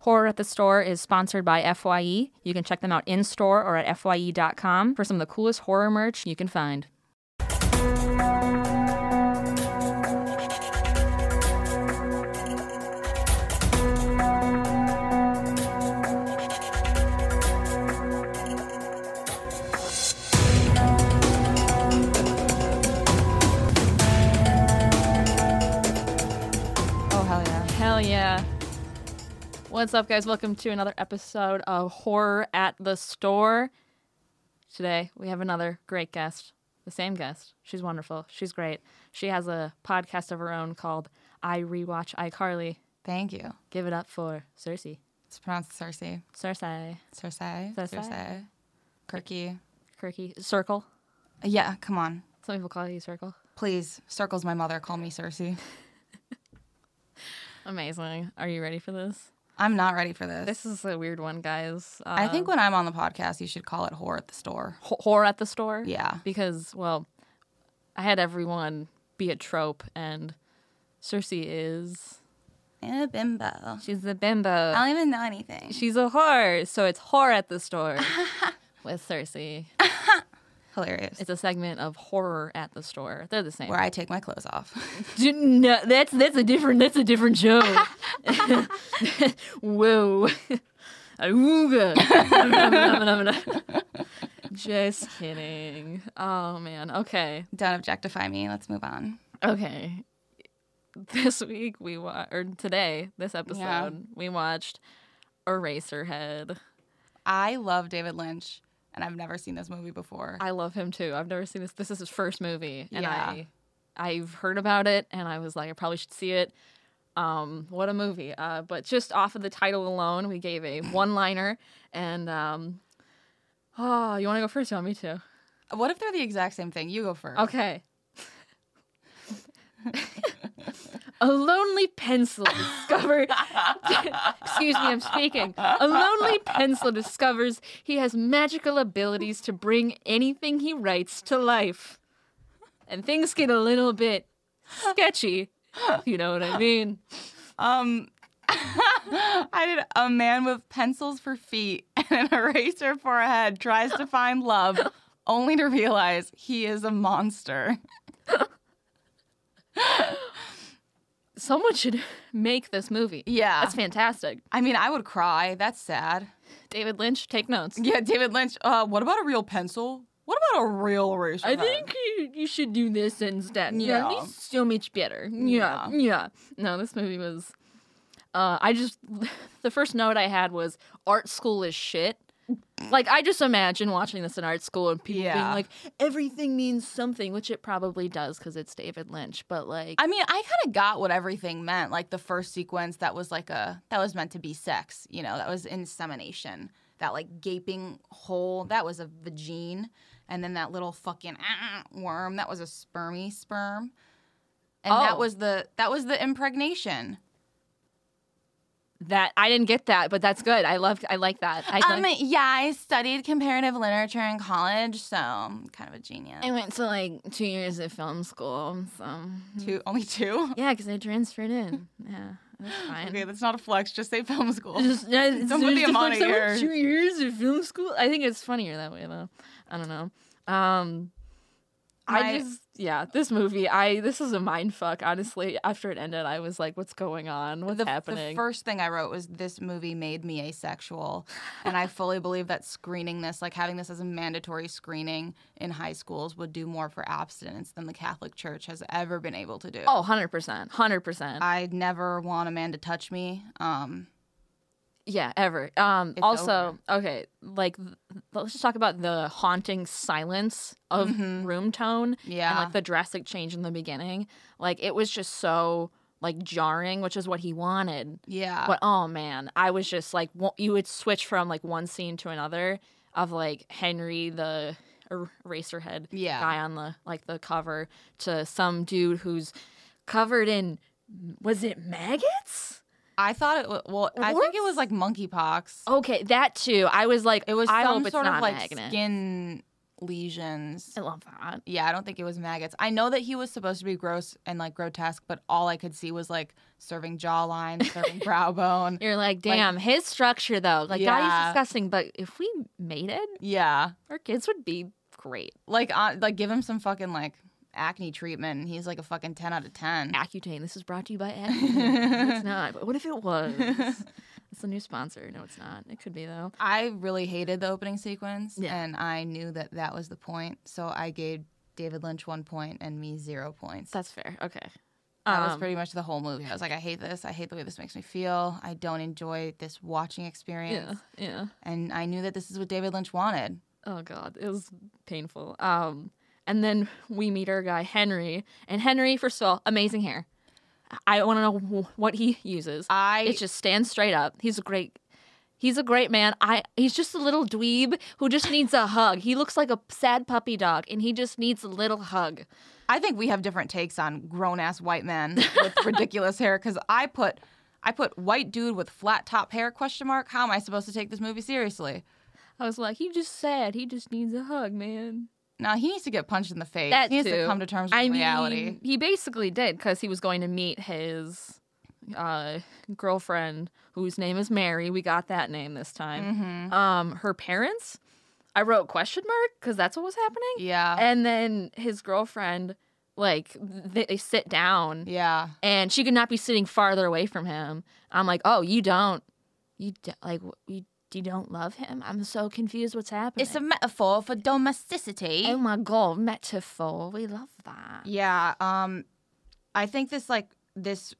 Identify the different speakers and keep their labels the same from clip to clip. Speaker 1: Horror at the Store is sponsored by FYE. You can check them out in store or at FYE.com for some of the coolest horror merch you can find.
Speaker 2: Oh, hell yeah.
Speaker 1: Hell yeah. What's up, guys? Welcome to another episode of Horror at the Store. Today, we have another great guest, the same guest. She's wonderful. She's great. She has a podcast of her own called I Rewatch iCarly.
Speaker 2: Thank you.
Speaker 1: Give it up for Cersei.
Speaker 2: It's pronounced Cersei.
Speaker 1: Cersei.
Speaker 2: Cersei.
Speaker 1: Cersei.
Speaker 2: Cersei. Kirky.
Speaker 1: Kirky. Circle.
Speaker 2: Yeah, come on.
Speaker 1: Some people call you Circle.
Speaker 2: Please, Circle's my mother. Call me Cersei.
Speaker 1: Amazing. Are you ready for this?
Speaker 2: I'm not ready for this.
Speaker 1: This is a weird one, guys. Uh,
Speaker 2: I think when I'm on the podcast, you should call it Whore at the Store.
Speaker 1: wh- horror at the store.
Speaker 2: Yeah.
Speaker 1: Because, well, I had everyone be a trope, and Cersei is.
Speaker 2: Eh, bimbo.
Speaker 1: She's a bimbo.
Speaker 2: I don't even know anything.
Speaker 1: She's a whore. So it's horror at the store with Cersei.
Speaker 2: Hilarious.
Speaker 1: It's a segment of horror at the store. They're the same.
Speaker 2: Where I take my clothes off.
Speaker 1: Do- no, that's that's a different that's a different show. Whoa. Ooga. Nom, nom, nom, nom, nom. Just kidding. Oh man. Okay.
Speaker 2: don't objectify me. Let's move on.
Speaker 1: Okay. This week we wa- or today, this episode,
Speaker 2: Yeah.
Speaker 1: we watched Eraserhead.
Speaker 2: I love David Lynch, and I've never seen this movie before.
Speaker 1: I love him too. I've never seen this. This is his first movie, and
Speaker 2: Yeah.
Speaker 1: I, I've heard about it, and I was like, I probably should see it. Um, what a movie! Uh, but just off of the title alone, we gave a one-liner, and um, oh, you want to go first? You want me to?
Speaker 2: what if they're the exact same thing? You go first.
Speaker 1: Okay. a lonely pencil discovered. Excuse me, I'm speaking. A lonely pencil discovers he has magical abilities to bring anything he writes to life. And things get a little bit sketchy, if you know what I mean.
Speaker 2: Um, I did a man with pencils for feet and an eraser for a head tries to find love, only to realize he is a monster.
Speaker 1: Someone should make this movie.
Speaker 2: Yeah.
Speaker 1: That's fantastic.
Speaker 2: I mean, I would cry. That's sad.
Speaker 1: David Lynch, take notes.
Speaker 2: Yeah, David Lynch. Uh, what about a real pencil? What about a real eraser?
Speaker 1: I
Speaker 2: head?
Speaker 1: think you, you should do this instead. Yeah.
Speaker 2: Yeah.
Speaker 1: That'd be so much better. Yeah.
Speaker 2: Yeah.
Speaker 1: Yeah. No, this movie was. Uh, I just. The first note I had was art school is shit. Like, I just imagine watching this in art school and people being
Speaker 2: Yeah.
Speaker 1: like, everything means something, which it probably does because it's David Lynch. But, like,
Speaker 2: I mean, I kind of got what everything meant. Like the first sequence that was like a that was meant to be sex, you know, that was insemination. That like gaping hole, that was a vagine, and then that little fucking ah, worm, that was a spermy sperm. And
Speaker 1: Oh.
Speaker 2: that was the that was the impregnation.
Speaker 1: that. I didn't get that, but that's good. I love. I like that. I
Speaker 2: Um
Speaker 1: like,
Speaker 2: yeah, I studied comparative literature in college, so I'm kind of a genius.
Speaker 1: I went to, like, two years of film school. So.
Speaker 2: Two only two?
Speaker 1: Yeah, because I transferred in. Yeah. That's fine.
Speaker 2: Okay, that's not a flex, just say film school.
Speaker 1: Just, yeah, it's,
Speaker 2: Don't put
Speaker 1: it's
Speaker 2: the
Speaker 1: just
Speaker 2: amount
Speaker 1: like
Speaker 2: of
Speaker 1: someone
Speaker 2: years.
Speaker 1: two years of film school. I think it's funnier that way though. I don't know. Um, I
Speaker 2: My-
Speaker 1: just yeah, this movie. I this is a mind fuck. Honestly, after it ended, I was like, "What's going on? What's
Speaker 2: the,
Speaker 1: happening?"
Speaker 2: The first thing I wrote was this movie made me asexual, and I fully believe that screening this, like having this as a mandatory screening in high schools, would do more for abstinence than the Catholic Church has ever been able to do.
Speaker 1: oh, 100 percent, hundred percent.
Speaker 2: I never want a man to touch me. Um,
Speaker 1: Yeah, ever. Um,
Speaker 2: It's
Speaker 1: also, okay, like th- let's just talk about the haunting silence of room tone. and
Speaker 2: Mm-hmm. Yeah.
Speaker 1: like the drastic change in the beginning. Like it was just so like jarring, which is what he wanted.
Speaker 2: yeah,
Speaker 1: But oh man, I was just like, wo- you would switch from like one scene to another of like Henry the er- Eraserhead
Speaker 2: Yeah.
Speaker 1: guy on the like the cover to some dude who's covered in was it maggots?
Speaker 2: I thought it. wa- Well, I think it was
Speaker 1: What?
Speaker 2: like monkeypox.
Speaker 1: Okay, that too. I was like,
Speaker 2: it was
Speaker 1: Oh, I
Speaker 2: some
Speaker 1: hope
Speaker 2: sort
Speaker 1: it's
Speaker 2: of
Speaker 1: not
Speaker 2: like
Speaker 1: magnet.
Speaker 2: skin lesions.
Speaker 1: I love that.
Speaker 2: Yeah, I don't think it was maggots. I know that he was supposed to be gross and like grotesque, but all I could see was like serving jawline, serving brow bone.
Speaker 1: You're like, damn, his structure though. Like, that
Speaker 2: Yeah.
Speaker 1: is disgusting. But if we made it,
Speaker 2: Yeah,
Speaker 1: our kids would be great.
Speaker 2: like uh, like give him some fucking like acne treatment, and he's like a fucking ten out of ten.
Speaker 1: Accutane. This is brought to you by Accutane. it's not. But what if it was? It's a new sponsor. No, it's not. It could be though.
Speaker 2: I really hated the opening sequence,
Speaker 1: Yeah.
Speaker 2: and I knew that that was the point, so I gave David Lynch one point and me zero points.
Speaker 1: That's fair. Okay.
Speaker 2: That was
Speaker 1: Um,
Speaker 2: pretty much the whole movie. I was like, I hate this. I hate the way this makes me feel. I don't enjoy this watching experience.
Speaker 1: Yeah. Yeah.
Speaker 2: And I knew that this is what David Lynch wanted.
Speaker 1: Oh god, it was painful. Um, and then we meet our guy Henry, and Henry, first of all, amazing hair. I want to know wh- what he uses.
Speaker 2: I
Speaker 1: it just stands straight up. He's a great. He's a great man. I he's just a little dweeb who just needs a hug. He looks like a sad puppy dog and he just needs a little hug.
Speaker 2: I think we have different takes on grown ass white men with ridiculous hair because I put I put white dude with flat top hair question mark. How am I supposed to take this movie seriously?
Speaker 1: I was like, he just sad. He just needs a hug, man.
Speaker 2: Now he needs to get punched in the face.
Speaker 1: That
Speaker 2: he needs
Speaker 1: too.
Speaker 2: to come to terms with
Speaker 1: I
Speaker 2: reality.
Speaker 1: mean, he basically did because he was going to meet his uh, girlfriend, whose name is Mary. We got that name this time.
Speaker 2: hmm
Speaker 1: Um, her parents, I wrote question mark because that's what was happening.
Speaker 2: Yeah.
Speaker 1: And then his girlfriend, like they, they sit down,
Speaker 2: yeah.
Speaker 1: and she could not be sitting farther away from him. I'm like, oh, you don't, you do, like you, you don't love him. I'm so confused. What's happening?
Speaker 2: It's a metaphor for domesticity.
Speaker 1: oh my god, metaphor. We love that.
Speaker 2: Yeah, um, I think this like this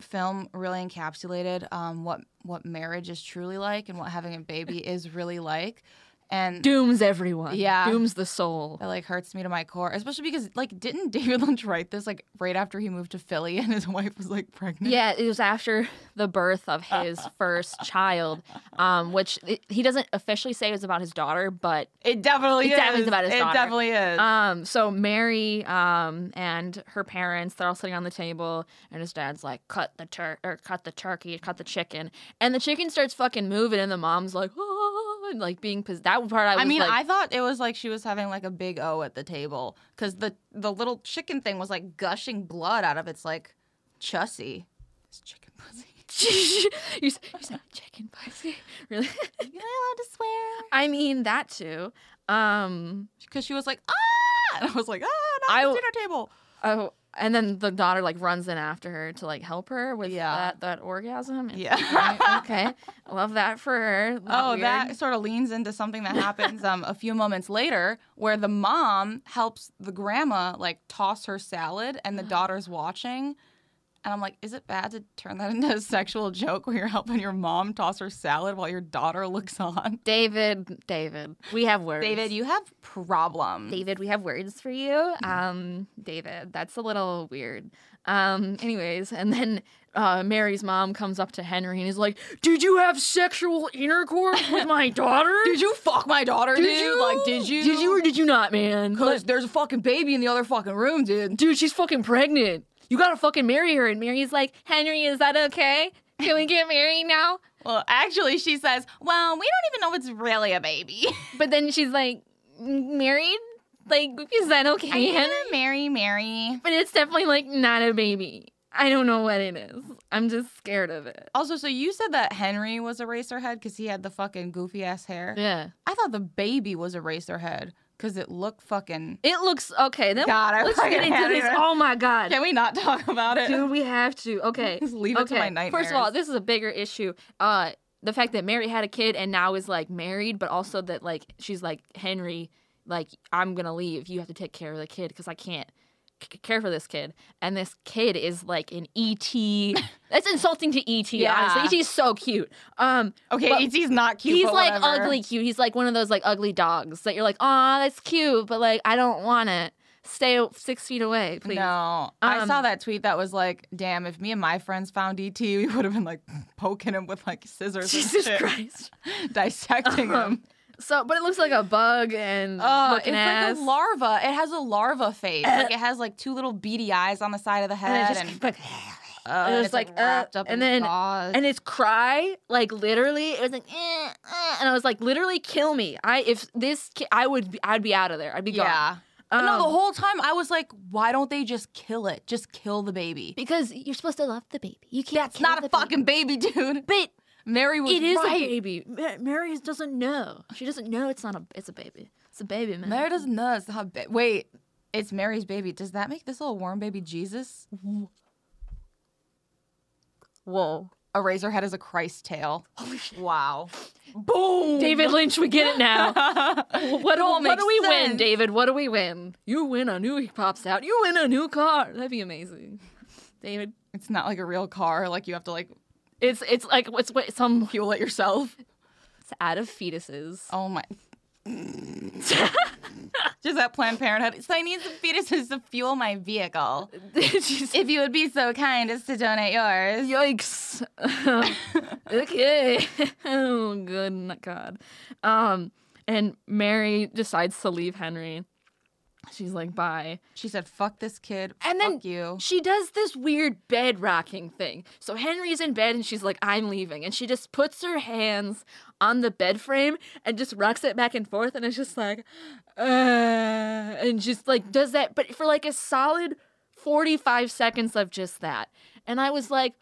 Speaker 2: film really encapsulated um, what what marriage is truly like and what having a baby is really like, and
Speaker 1: dooms everyone.
Speaker 2: Yeah.
Speaker 1: Dooms the soul.
Speaker 2: that like hurts me to my core, especially because like didn't David Lynch write this like right after he moved to Philly and his wife was like pregnant?
Speaker 1: Yeah, it was after the birth of his first child, um, which it, he doesn't officially say it was about his daughter, but
Speaker 2: it definitely
Speaker 1: It
Speaker 2: is.
Speaker 1: definitely is about his
Speaker 2: it
Speaker 1: daughter.
Speaker 2: definitely is.
Speaker 1: um, so Mary um, and her parents, they're all sitting on the table, and his dad's like, "Cut the tur- or cut the turkey, cut the chicken," and the chicken starts fucking moving, and the mom's like, "Oh," and like being pos- that part. I was
Speaker 2: I mean,
Speaker 1: like,
Speaker 2: I thought it was like she was having like a big O at the table because the the little chicken thing was like gushing blood out of its like chussy. It's chicken pussy.
Speaker 1: you, s- you said chicken pussy, really?
Speaker 2: Am I allowed to swear?
Speaker 1: I mean that too. Um,
Speaker 2: Because she was like, ah, and I was like, ah,
Speaker 1: I
Speaker 2: not at
Speaker 1: w-
Speaker 2: the dinner table.
Speaker 1: Oh, and then the daughter like runs in after her to like help her with
Speaker 2: Yeah.
Speaker 1: that that orgasm. And-
Speaker 2: Yeah.
Speaker 1: okay, I love that for her. Not
Speaker 2: Oh,
Speaker 1: weird.
Speaker 2: that sort of leans into something that happens um, a few moments later, where the mom helps the grandma like toss her salad, and the daughter's watching. And I'm like, is it bad to turn that into a sexual joke where you're helping your mom toss her salad while your daughter looks on?
Speaker 1: David, David, we have words.
Speaker 2: David, you Mm-hmm. have problems.
Speaker 1: David, we have words for you. Um, David, that's a little weird. Um, anyways, and then uh, Mary's mom comes up to Henry and is like, "Did you have sexual intercourse with my daughter?
Speaker 2: Did you fuck my daughter,
Speaker 1: Did
Speaker 2: dude? Like, did you?
Speaker 1: Did you or did you not, man? Like,
Speaker 2: Because there's a fucking baby in the other fucking room, dude.
Speaker 1: dude, she's fucking pregnant. You gotta fucking marry her. And Mary's like, Henry, is that okay? Can we get married now?
Speaker 2: Well, actually, she says, well, we don't even know it's really a baby.
Speaker 1: But then she's like, "M- married? Like, is that okay, Henry?
Speaker 2: Mary, Mary.
Speaker 1: But it's definitely like not a baby. I don't know what it is. I'm just scared of it.
Speaker 2: Also, so you said that Henry was a racerhead because he had the fucking goofy ass hair.
Speaker 1: Yeah.
Speaker 2: I thought the baby was a racerhead because it looked fucking.
Speaker 1: It looks okay. Then
Speaker 2: God, I
Speaker 1: let's
Speaker 2: fucking
Speaker 1: get into
Speaker 2: had
Speaker 1: this.
Speaker 2: it.
Speaker 1: Oh my god.
Speaker 2: Can we not talk about it?
Speaker 1: Dude, we have to. Okay.
Speaker 2: Just leave it to my nightmares.
Speaker 1: First of all, this is a bigger issue. Uh, the fact that Mary had a kid and now is like married, but also that like she's like Henry, like I'm gonna leave. You have to take care of the kid because I can't c- c- care for this kid. And this kid is like an ET. That's insulting to ET.
Speaker 2: Yeah.
Speaker 1: Honestly, ET is so cute. Um,
Speaker 2: okay,
Speaker 1: but-
Speaker 2: E.T.'s not cute.
Speaker 1: he's
Speaker 2: but
Speaker 1: like
Speaker 2: whatever.
Speaker 1: ugly cute. He's like one of those like ugly dogs that you're like, ah, that's cute, but like I don't want it. Stay six feet away, please.
Speaker 2: No, I
Speaker 1: Um,
Speaker 2: saw that tweet that was like, "Damn, if me and my friends found ET, we would have been like poking him with like scissors,
Speaker 1: Jesus
Speaker 2: and shit,
Speaker 1: Christ.
Speaker 2: dissecting him."
Speaker 1: So, but it looks like a bug and
Speaker 2: Uh,
Speaker 1: looking
Speaker 2: it's
Speaker 1: ass.
Speaker 2: like a larva. It has a larva face. like it has like two little beady eyes on the side of the
Speaker 1: and
Speaker 2: head,
Speaker 1: it
Speaker 2: and,
Speaker 1: just like,
Speaker 2: uh,
Speaker 1: it
Speaker 2: and
Speaker 1: was
Speaker 2: it's like,
Speaker 1: like, uh,
Speaker 2: wrapped up
Speaker 1: and
Speaker 2: in
Speaker 1: then-
Speaker 2: gauze.
Speaker 1: and its cry, like literally, it was like, eh, eh, and I was like, literally, kill me. I if this, ki- I would, be, I'd be out of there. I'd be gone.
Speaker 2: yeah, Um, no, the whole time I was like, why don't they just kill it? Just kill the baby.
Speaker 1: Because you're supposed to love the baby. You can't.
Speaker 2: That's not a fucking baby, dude.
Speaker 1: But
Speaker 2: Mary was
Speaker 1: it is
Speaker 2: right.
Speaker 1: a baby. Ma- Mary doesn't know. She doesn't know it's not a. It's a baby. It's a baby, man.
Speaker 2: Mary doesn't know it's not. Ba- Wait, it's Mary's baby. Does that make this little worm baby Jesus?
Speaker 1: Whoa.
Speaker 2: A razor head is a Christ tail. Wow. Boom.
Speaker 1: David Lynch, we get it now. Well, what, do-
Speaker 2: all
Speaker 1: what
Speaker 2: makes
Speaker 1: do we win,
Speaker 2: sense.
Speaker 1: David? What do we win? You win a new. He pops out. You win a new car. That'd be amazing, David.
Speaker 2: It's not like a real car. Like you have to like
Speaker 1: It's it's like it's what some
Speaker 2: fuel it yourself.
Speaker 1: it's out of fetuses.
Speaker 2: Oh my. Just that Planned Parenthood. So I need some fetuses to fuel my vehicle.
Speaker 1: She's-
Speaker 2: If you would be so kind as to donate yours.
Speaker 1: Yikes. okay. oh, good n- God. Um, and Mary decides to leave Henry. She's like, bye.
Speaker 2: She said, "Fuck this kid."
Speaker 1: And
Speaker 2: fuck
Speaker 1: then
Speaker 2: you.
Speaker 1: She does this weird bed rocking thing. So Henry's in bed and she's like, I'm leaving. And she just puts her hands on the bed frame and just rocks it back and forth. And it's just like, uh, and just like does that, but for like a solid 45 seconds of just that. And I was like,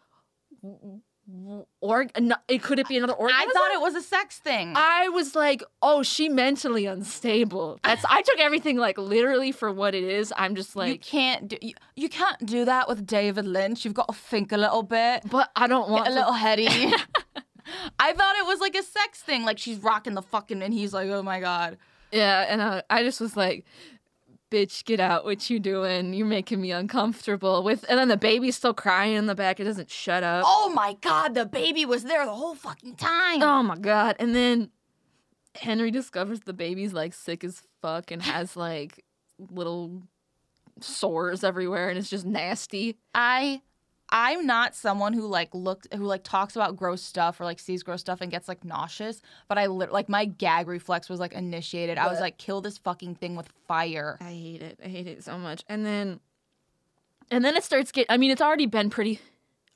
Speaker 1: w- w- or no, it could it be another
Speaker 2: I
Speaker 1: orgasm?
Speaker 2: thought it was a sex thing.
Speaker 1: I was like, oh, she mentally unstable. That's I took everything like literally for what it is. I'm just
Speaker 2: you
Speaker 1: like,
Speaker 2: can't do you, you can't do that with David Lynch. You've got to think a little bit,
Speaker 1: but I don't want
Speaker 2: a
Speaker 1: to
Speaker 2: little heady. I thought it was like a sex thing, like she's rocking the fucking, and he's like, "Oh my god."
Speaker 1: Yeah, and I, I just was like, "Bitch, get out! What you doing? You're making me uncomfortable." With and then the baby's still crying in the back. It doesn't shut up. Oh,
Speaker 2: Oh my god, the baby was there the whole fucking time.
Speaker 1: my god! And then Henry discovers the baby's like sick as fuck and has like little sores everywhere, and it's just nasty.
Speaker 2: I I'm not someone who like looks who like talks about gross stuff or like sees gross stuff and gets like nauseous, but I lit like my gag reflex was like initiated. I was
Speaker 1: What?
Speaker 2: like kill this fucking thing with fire.
Speaker 1: I hate it. I hate it so much. And then, and then it starts get. I mean, it's already been pretty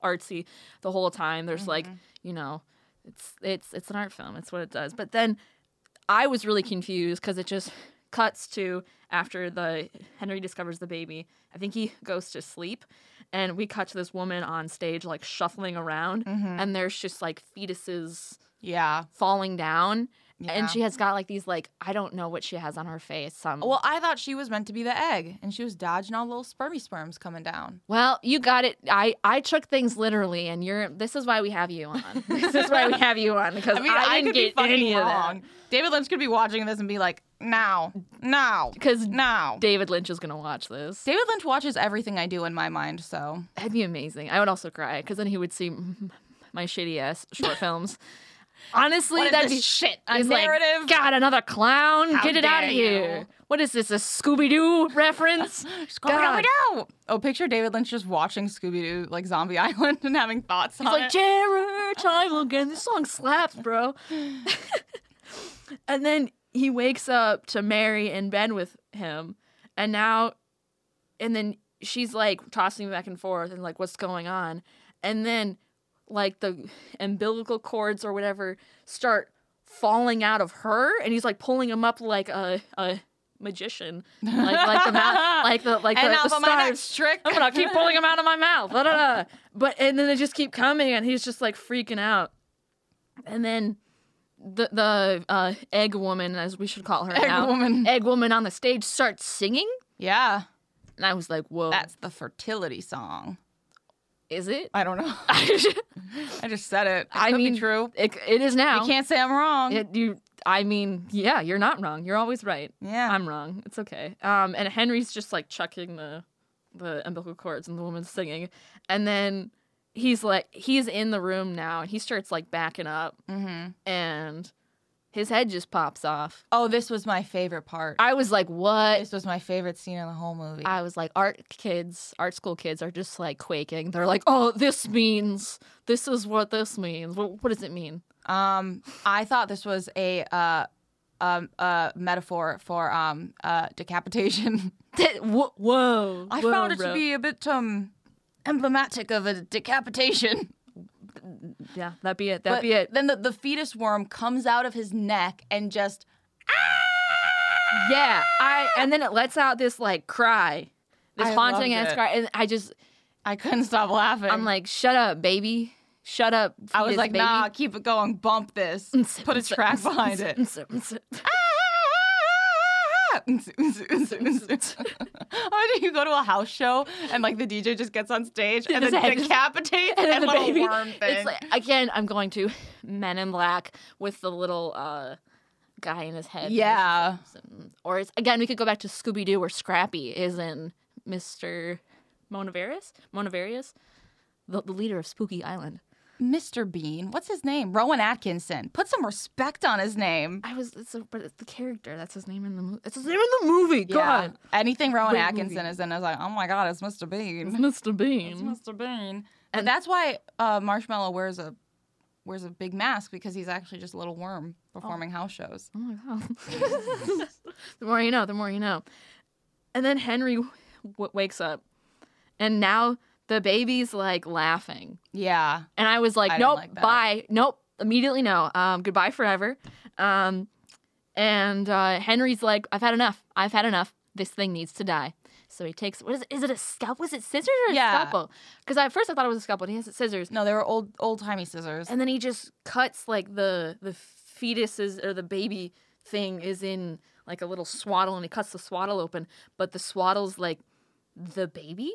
Speaker 1: artsy the whole time. There's like, you know, it's it's it's an art film. It's what it does. But then, I was really confused because it just cuts to after the Henry discovers the baby. I think he goes to sleep, and we cut to this woman on stage like shuffling around, and there's just like fetuses
Speaker 2: Yeah.
Speaker 1: falling down.
Speaker 2: Yeah.
Speaker 1: And she has got like these like I don't know what she has on her face. Some
Speaker 2: Well, I thought she was meant to be the egg, and she was dodging all the little spermy sperms coming down.
Speaker 1: Well, you got it. I I took things literally, and you're. This is why we have you on. This is why we have you on because I, didn't get any of that.
Speaker 2: David Lynch could be watching this and be like, "Now, now,
Speaker 1: Because
Speaker 2: now."
Speaker 1: David Lynch is gonna watch this.
Speaker 2: David Lynch watches everything I do in my mind, so
Speaker 1: That'd be amazing. I would also cry because then he would see my shitty ass short films. Honestly,
Speaker 2: What is
Speaker 1: that'd
Speaker 2: this
Speaker 1: be
Speaker 2: shit? A
Speaker 1: It's like,
Speaker 2: narrative?
Speaker 1: God, another clown.
Speaker 2: How
Speaker 1: get it out of
Speaker 2: dare
Speaker 1: here.
Speaker 2: you.
Speaker 1: What is this? A Scooby Doo reference? God.
Speaker 2: Scooby-Doo! Oh, picture David Lynch just watching Scooby-Doo like Zombie Island and having thoughts on
Speaker 1: It's like
Speaker 2: it.
Speaker 1: Jared, time again. This song slaps, bro. and then he wakes up to Mary in bed with him, and now, and then she's like tossing him back and forth, and like, what's going on? And then, like the umbilical cords or whatever start falling out of her, and he's like pulling him up like a a magician, like like the ma- like the like
Speaker 2: and
Speaker 1: the,
Speaker 2: now
Speaker 1: the
Speaker 2: for my
Speaker 1: stars.
Speaker 2: next trick.
Speaker 1: I'm gonna keep pulling them out of my mouth. da, da, da. But and then they just keep coming, and he's just like freaking out. And then the the uh, egg woman, as we should call her
Speaker 2: Egg
Speaker 1: now,
Speaker 2: woman.
Speaker 1: egg woman on the stage starts singing,
Speaker 2: Yeah,
Speaker 1: and I was like, "Whoa,
Speaker 2: that's the fertility song.
Speaker 1: is it?"
Speaker 2: I don't know. I just said it. It
Speaker 1: I
Speaker 2: could
Speaker 1: mean,
Speaker 2: be true.
Speaker 1: It, it is now.
Speaker 2: You can't say I'm wrong.
Speaker 1: It- you, I mean, yeah, you're not wrong. You're always right.
Speaker 2: yeah.
Speaker 1: I'm wrong. It's okay. Um, and Henry's just like chucking the the umbilical cords, and the woman's singing, and then he's like, he's in the room now, and he starts like backing up,
Speaker 2: mm-hmm.
Speaker 1: and his head just pops off.
Speaker 2: Oh, this was my favorite part.
Speaker 1: I was like, what?
Speaker 2: This was my favorite scene in the whole movie.
Speaker 1: I was like, art kids, art school kids are just like quaking. They're like, oh, this means this is what this means. What, what does it mean?
Speaker 2: Um, I thought this was a uh, um, a metaphor for um, uh, decapitation.
Speaker 1: Whoa! whoa
Speaker 2: I
Speaker 1: whoa,
Speaker 2: found it
Speaker 1: bro.
Speaker 2: to be a bit um emblematic of a decapitation.
Speaker 1: yeah. That be it. That
Speaker 2: But
Speaker 1: be it.
Speaker 2: Then the, the fetus worm comes out of his neck and just
Speaker 1: yeah, I and then it lets out this like cry, this
Speaker 2: I
Speaker 1: haunting
Speaker 2: loved
Speaker 1: ass
Speaker 2: it.
Speaker 1: cry, and I just
Speaker 2: I couldn't stop laughing.
Speaker 1: I'm like, shut up, baby, shut up.
Speaker 2: I was
Speaker 1: fetus,
Speaker 2: like,
Speaker 1: baby.
Speaker 2: nah, keep it going, bump this, put a track behind it. oh, do you go to a house show and like the DJ just gets on stage and
Speaker 1: his
Speaker 2: then
Speaker 1: head just-
Speaker 2: decapitates
Speaker 1: and then
Speaker 2: that
Speaker 1: the
Speaker 2: little
Speaker 1: baby.
Speaker 2: worm thing?
Speaker 1: It's like again, I'm going to Men in Black with the little uh, guy in his head.
Speaker 2: yeah,
Speaker 1: Or it's again, we could go back to Scooby Doo, where Scrappy is in Mr. Monavarus, Monavarus, the, the leader of Spooky Island.
Speaker 2: Mr. Bean. What's his name? Rowan Atkinson. Put some respect on his name.
Speaker 1: I was, it's a, but it's the character. That's his name in the movie. It's his name in the movie. God,
Speaker 2: Anything Rowan
Speaker 1: Great
Speaker 2: Atkinson
Speaker 1: movie.
Speaker 2: is in, I was like, oh my god, it's Mr. Bean.
Speaker 1: Mr. Bean.
Speaker 2: It's Mr. Bean. Mm-hmm. And that's why uh, Marshmallow wears a wears a big mask because he's actually just a little worm performing house shows.
Speaker 1: Oh my god. the more you know, the more you know. And then Henry w- w- wakes up, and now the baby's like laughing,
Speaker 2: Yeah.
Speaker 1: and I was like,
Speaker 2: I don't
Speaker 1: nope,
Speaker 2: like that.
Speaker 1: bye, nope, immediately no, um, goodbye forever. Um, and uh, Henry's like, I've had enough, I've had enough. This thing needs to die. So he takes what is it? Is it a scalpel? Was it scissors or a
Speaker 2: Yeah.
Speaker 1: scalpel? Because at first I thought it was a scalpel. And he has scissors,
Speaker 2: No, they were old old timey scissors.
Speaker 1: and then he just cuts like the the fetuses or the baby thing is in like a little swaddle and he cuts the swaddle open but the swaddle's like the baby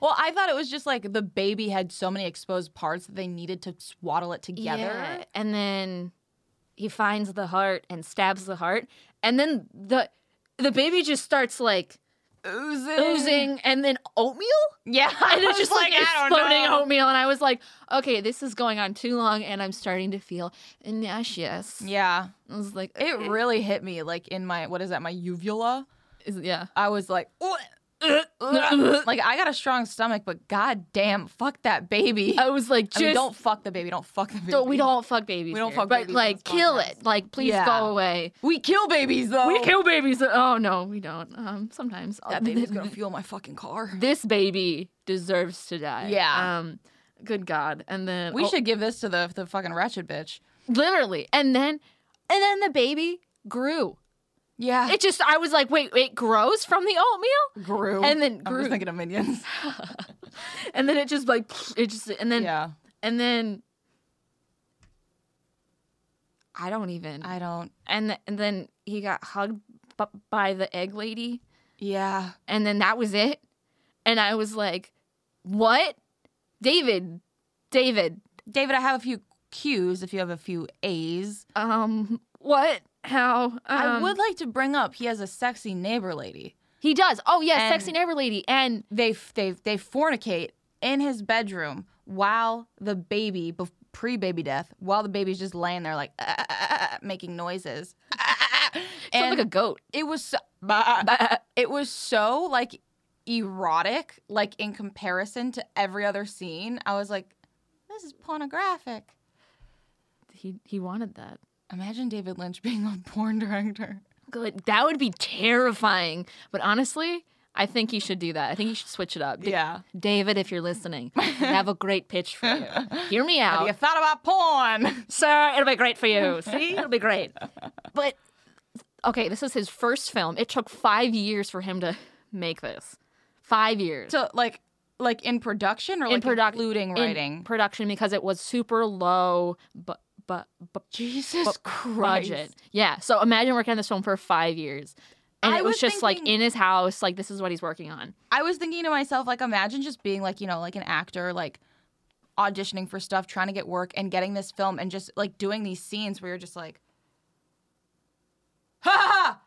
Speaker 2: Well, I thought it was just like the baby had so many exposed parts that they needed to swaddle it together.
Speaker 1: and then he finds the heart and stabs the heart and then the the baby just starts like
Speaker 2: Oozing.
Speaker 1: oozing and then oatmeal
Speaker 2: Yeah.
Speaker 1: and
Speaker 2: I
Speaker 1: it's
Speaker 2: was
Speaker 1: just like,
Speaker 2: I don't
Speaker 1: exploding
Speaker 2: know.
Speaker 1: oatmeal and i was like okay this is going on too long and i'm starting to feel nauseous
Speaker 2: Yeah.
Speaker 1: i was like
Speaker 2: It really hit me like in my what is that, my uvula?
Speaker 1: is- yeah
Speaker 2: I was like, "Ugh, ugh, ugh." like I got a strong stomach, but god damn, fuck that baby.
Speaker 1: I was like,
Speaker 2: I
Speaker 1: just
Speaker 2: mean,
Speaker 1: don't,
Speaker 2: don't fuck the baby. Don't fuck the baby.
Speaker 1: we don't fuck babies.
Speaker 2: We don't
Speaker 1: here,
Speaker 2: fuck
Speaker 1: but
Speaker 2: babies on
Speaker 1: like
Speaker 2: this
Speaker 1: kill
Speaker 2: podcast.
Speaker 1: it. Like please
Speaker 2: Yeah.
Speaker 1: go away.
Speaker 2: We kill babies though.
Speaker 1: We kill babies. Oh no, we don't. Um, sometimes
Speaker 2: That baby's gonna fuel my fucking car.
Speaker 1: this baby deserves to die.
Speaker 2: Yeah.
Speaker 1: Um, good God. And then
Speaker 2: We
Speaker 1: oh,
Speaker 2: should give this to the the fucking wretched bitch.
Speaker 1: literally. And then, and then the baby grew.
Speaker 2: Yeah,
Speaker 1: It just I was like, wait, it grows from the oatmeal,
Speaker 2: grew.
Speaker 1: and then
Speaker 2: I was
Speaker 1: grew,
Speaker 2: thinking of minions.
Speaker 1: and then it just like it just and then
Speaker 2: yeah,
Speaker 1: and then. I don't even.
Speaker 2: I don't.
Speaker 1: and th- and then he got hugged b- by the egg lady,
Speaker 2: Yeah,
Speaker 1: and then that was it. And I was like, "What, David? David?
Speaker 2: David, I have a few cues. If you have a few A's,
Speaker 1: Um, what? How? Um,
Speaker 2: I would like to bring up he has a sexy neighbor lady.
Speaker 1: He does. Oh yeah,
Speaker 2: And-
Speaker 1: sexy neighbor lady, and
Speaker 2: They f- they they fornicate in his bedroom while the baby bef- pre baby death while the baby's just laying there like "Ah, ah, ah, ah, ah," making noises. Ah, ah, ah, ah.
Speaker 1: sounds like a goat.
Speaker 2: it was so, bah. it was so like erotic like in comparison to every other scene i was like this is pornographic
Speaker 1: He he wanted that.
Speaker 2: imagine david lynch being a porn director
Speaker 1: Good. That would be terrifying. But honestly, I think he should do that. I think he should switch it up. Da-
Speaker 2: yeah
Speaker 1: David, if you're listening, I have a great pitch for you. Hear me out.
Speaker 2: have you thought about porn
Speaker 1: sir, it'll be great for you. See, it'll be great. But okay, this is his first film. It took five years for him to make this. Five years
Speaker 2: so like like in production or
Speaker 1: In
Speaker 2: like
Speaker 1: produc-
Speaker 2: including
Speaker 1: in
Speaker 2: writing
Speaker 1: production because it was super low, but but but
Speaker 2: jesus christ
Speaker 1: budget. Yeah. So imagine working on this film for five years. And
Speaker 2: I
Speaker 1: it was,
Speaker 2: was
Speaker 1: just like
Speaker 2: thinking-
Speaker 1: in his house, like this is what he's working on.
Speaker 2: i was thinking to myself like imagine just being like you know like an actor like auditioning for stuff trying to get work and getting this film and just like doing these scenes where you're just like ha ha, ha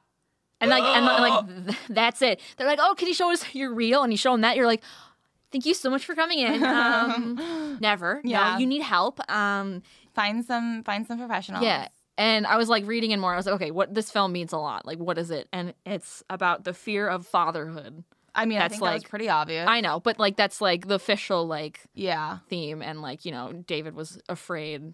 Speaker 1: And like and like- like th- that's it. They're like, oh, can you show us your reel? And you show them that, you're like, thank you so much for coming in. Um, never.
Speaker 2: Yeah.
Speaker 1: No, you need help. Um,
Speaker 2: find some find some professionals.
Speaker 1: Yeah. And I was like reading in more. I was like, okay, what this film means a lot. Like, what is it? And it's about the fear of fatherhood.
Speaker 2: I mean, I
Speaker 1: That's
Speaker 2: think that was
Speaker 1: like-
Speaker 2: pretty obvious.
Speaker 1: I know, but like that's like the official like
Speaker 2: yeah,
Speaker 1: theme. And like you know, David was afraid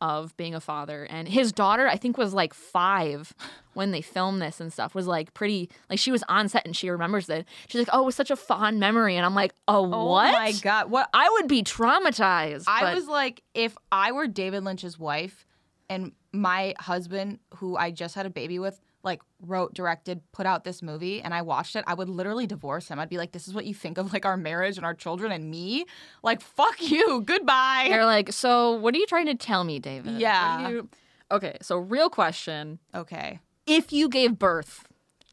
Speaker 1: of being a father, and his daughter I think was like five when they filmed this and stuff. Was like pretty like she was on set and she remembers it. She's like, oh, it was such a fond memory. And I'm like, oh, what?
Speaker 2: Oh my god, what?
Speaker 1: I would be traumatized.
Speaker 2: I
Speaker 1: but-
Speaker 2: was like, if I were David Lynch's wife, and my husband, who I just had a baby with, like wrote, directed, put out this movie and I watched it, I would literally divorce him. I'd be like, this is what you think of like our marriage and our children and me? Like, fuck you. Goodbye.
Speaker 1: They're like, so what are you trying to tell me, David? What
Speaker 2: Yeah.
Speaker 1: are you- Okay, so real question:
Speaker 2: Okay.
Speaker 1: If you gave birth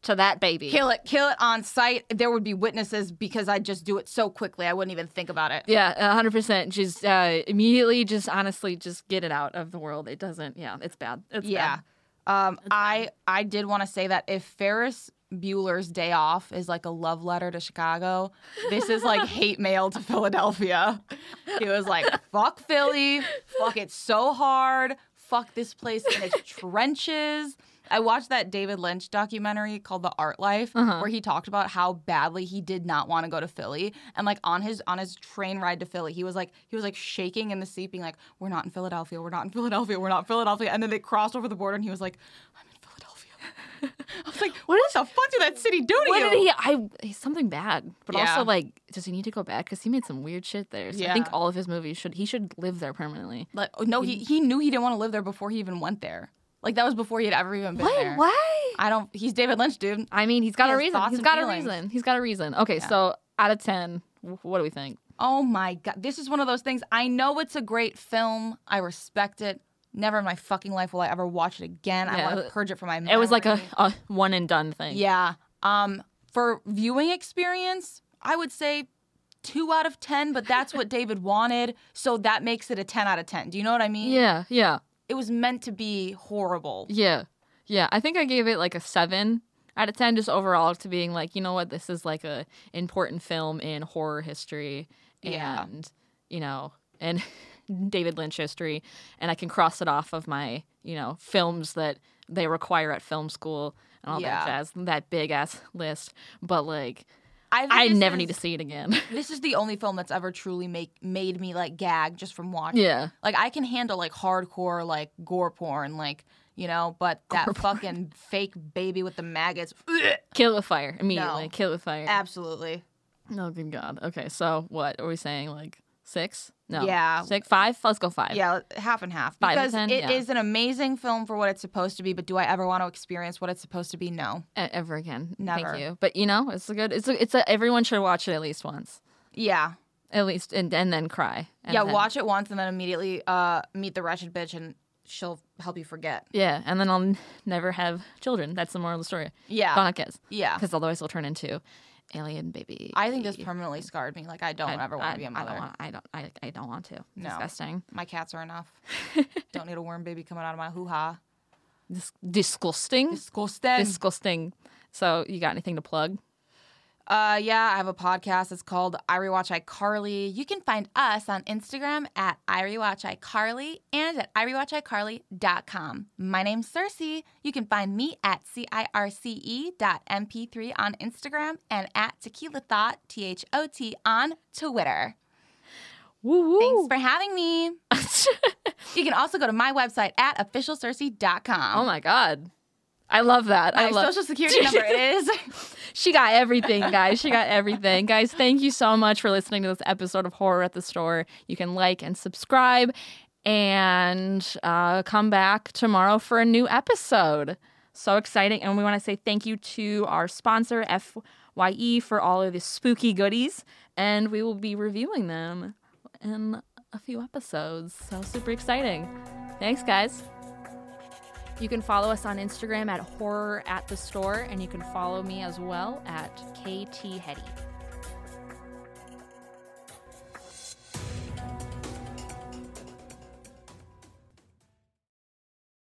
Speaker 1: to that baby,
Speaker 2: Kill it. Kill it on site. There would be witnesses because I'd just do it so quickly. I wouldn't even think about it.
Speaker 1: yeah, hundred percent. Just uh, immediately, just honestly, just get it out of the world. It doesn't. Yeah, it's bad. It's
Speaker 2: Yeah.
Speaker 1: bad.
Speaker 2: Um, I I did want to say that if Ferris Bueller's Day Off is like a love letter to Chicago, this is like hate mail to Philadelphia. He was like, "Fuck Philly, fuck it so hard, fuck this place in its trenches." I watched that David Lynch documentary called The Art Life
Speaker 1: Uh-huh.
Speaker 2: where he talked about how badly he did not want to go to Philly and like on his on his train ride to Philly he was like he was like shaking in the seat being like we're not in Philadelphia we're not in Philadelphia we're not in Philadelphia and then they crossed over the border and he was like I'm in Philadelphia. I was like what, the fuck did that city do to
Speaker 1: What
Speaker 2: you?
Speaker 1: did he? I he's something bad, but
Speaker 2: Yeah.
Speaker 1: also like, does he need to go back? Because he made some weird shit there. So I think
Speaker 2: Yeah.
Speaker 1: all of his movies should he should live there permanently.
Speaker 2: Like, oh, no, he he knew he didn't want to live there before he even went there. Like that was before he had ever even been
Speaker 1: Wait,
Speaker 2: there.
Speaker 1: why?
Speaker 2: I don't. He's David Lynch, dude.
Speaker 1: I mean, he's got
Speaker 2: He
Speaker 1: a
Speaker 2: has
Speaker 1: reason.
Speaker 2: thoughts
Speaker 1: He's
Speaker 2: and
Speaker 1: got
Speaker 2: feelings.
Speaker 1: a reason. He's got a reason. Okay, so out of ten, wh- what do we think?
Speaker 2: Oh my god, this is one of those things. I know it's a great film. I respect it. Never in my fucking life will I ever watch it again. I
Speaker 1: Yeah,
Speaker 2: want
Speaker 1: it
Speaker 2: to
Speaker 1: was-
Speaker 2: purge it from my. memory.
Speaker 1: It was like a, a one and done thing.
Speaker 2: yeah. Um, for viewing experience, I would say two out of ten. But that's what David wanted, so that makes it a ten out of ten. Do you know what I mean?
Speaker 1: Yeah, yeah,
Speaker 2: It was meant to be horrible.
Speaker 1: yeah, yeah. I think I gave it like a seven out of ten, just overall to being like, you know what, this is like a important film in horror history, and
Speaker 2: Yeah.
Speaker 1: you know, and David Lynch history, and I can cross it off of my, you know, films that they require at film school and all
Speaker 2: Yeah.
Speaker 1: that jazz, that big ass list. But like,
Speaker 2: think
Speaker 1: I
Speaker 2: this
Speaker 1: never need
Speaker 2: is-
Speaker 1: to see it again.
Speaker 2: this is the only film that's ever truly make made me like gag just from watching.
Speaker 1: yeah.
Speaker 2: Like I can handle like hardcore like gore porn like you know, but that fucking fake baby with the maggots. ugh,
Speaker 1: Kill it with fire immediately.
Speaker 2: No.
Speaker 1: Kill it with fire.
Speaker 2: Absolutely.
Speaker 1: Oh, good God. Okay, so what are we saying? Like six? No.
Speaker 2: Yeah.
Speaker 1: Six, five? Let's go five.
Speaker 2: Yeah, half and half.
Speaker 1: Five out of
Speaker 2: Because it
Speaker 1: 10?
Speaker 2: is
Speaker 1: Yeah.
Speaker 2: an amazing film for what it's supposed to be, but do I ever want to experience what it's supposed to be? No.
Speaker 1: E- ever again.
Speaker 2: Never.
Speaker 1: Thank you. But you know, it's a good. It's a, it's a, everyone should watch it at least once.
Speaker 2: Yeah.
Speaker 1: At least and and then cry. And
Speaker 2: yeah,
Speaker 1: then-
Speaker 2: watch it once and then immediately uh meet the wretched bitch and she'll help you forget.
Speaker 1: Yeah, and then I'll n- never have children. That's the moral of the story.
Speaker 2: Yeah.
Speaker 1: Don't have kids
Speaker 2: yeah.
Speaker 1: because otherwise they'll turn into alien baby.
Speaker 2: I think this permanently scarred me. Like I don't
Speaker 1: I-
Speaker 2: ever want
Speaker 1: I-
Speaker 2: to be a
Speaker 1: I
Speaker 2: mother.
Speaker 1: don't want. I don't. I, I don't want to.
Speaker 2: No.
Speaker 1: Disgusting.
Speaker 2: My cats are enough. Don't need a worm baby coming out of my hoo ha.
Speaker 1: Dis- disgusting.
Speaker 2: Disgusting.
Speaker 1: disgusting. So you got anything to plug?
Speaker 2: uh, yeah, I have a podcast. It's called I Rewatch iCarly. You can find us on Instagram at I Rewatch iCarly and at iRewatchiCarly.com. My name's Cersei. You can find me at C I R C E dot MP3 on Instagram and at Tequila Thought, T H O T, on Twitter.
Speaker 1: Woo
Speaker 2: Thanks for having me.
Speaker 1: for.
Speaker 2: You can also go to my website at officialcersei.com.
Speaker 1: Oh my god. I love that.
Speaker 2: my
Speaker 1: I love
Speaker 2: social security number is.
Speaker 1: She got everything, guys. She got everything. guys, thank you so much for listening to this episode of Horror at the Store. You can like and subscribe and uh, come back tomorrow for a new episode. So exciting. And we want to say thank you to our sponsor, FYE, for all of the spooky goodies. And we will be reviewing them in a few episodes. So super exciting. Thanks, guys. You can follow us on Instagram at horror at the store, and you can follow me as well at KT Hetty.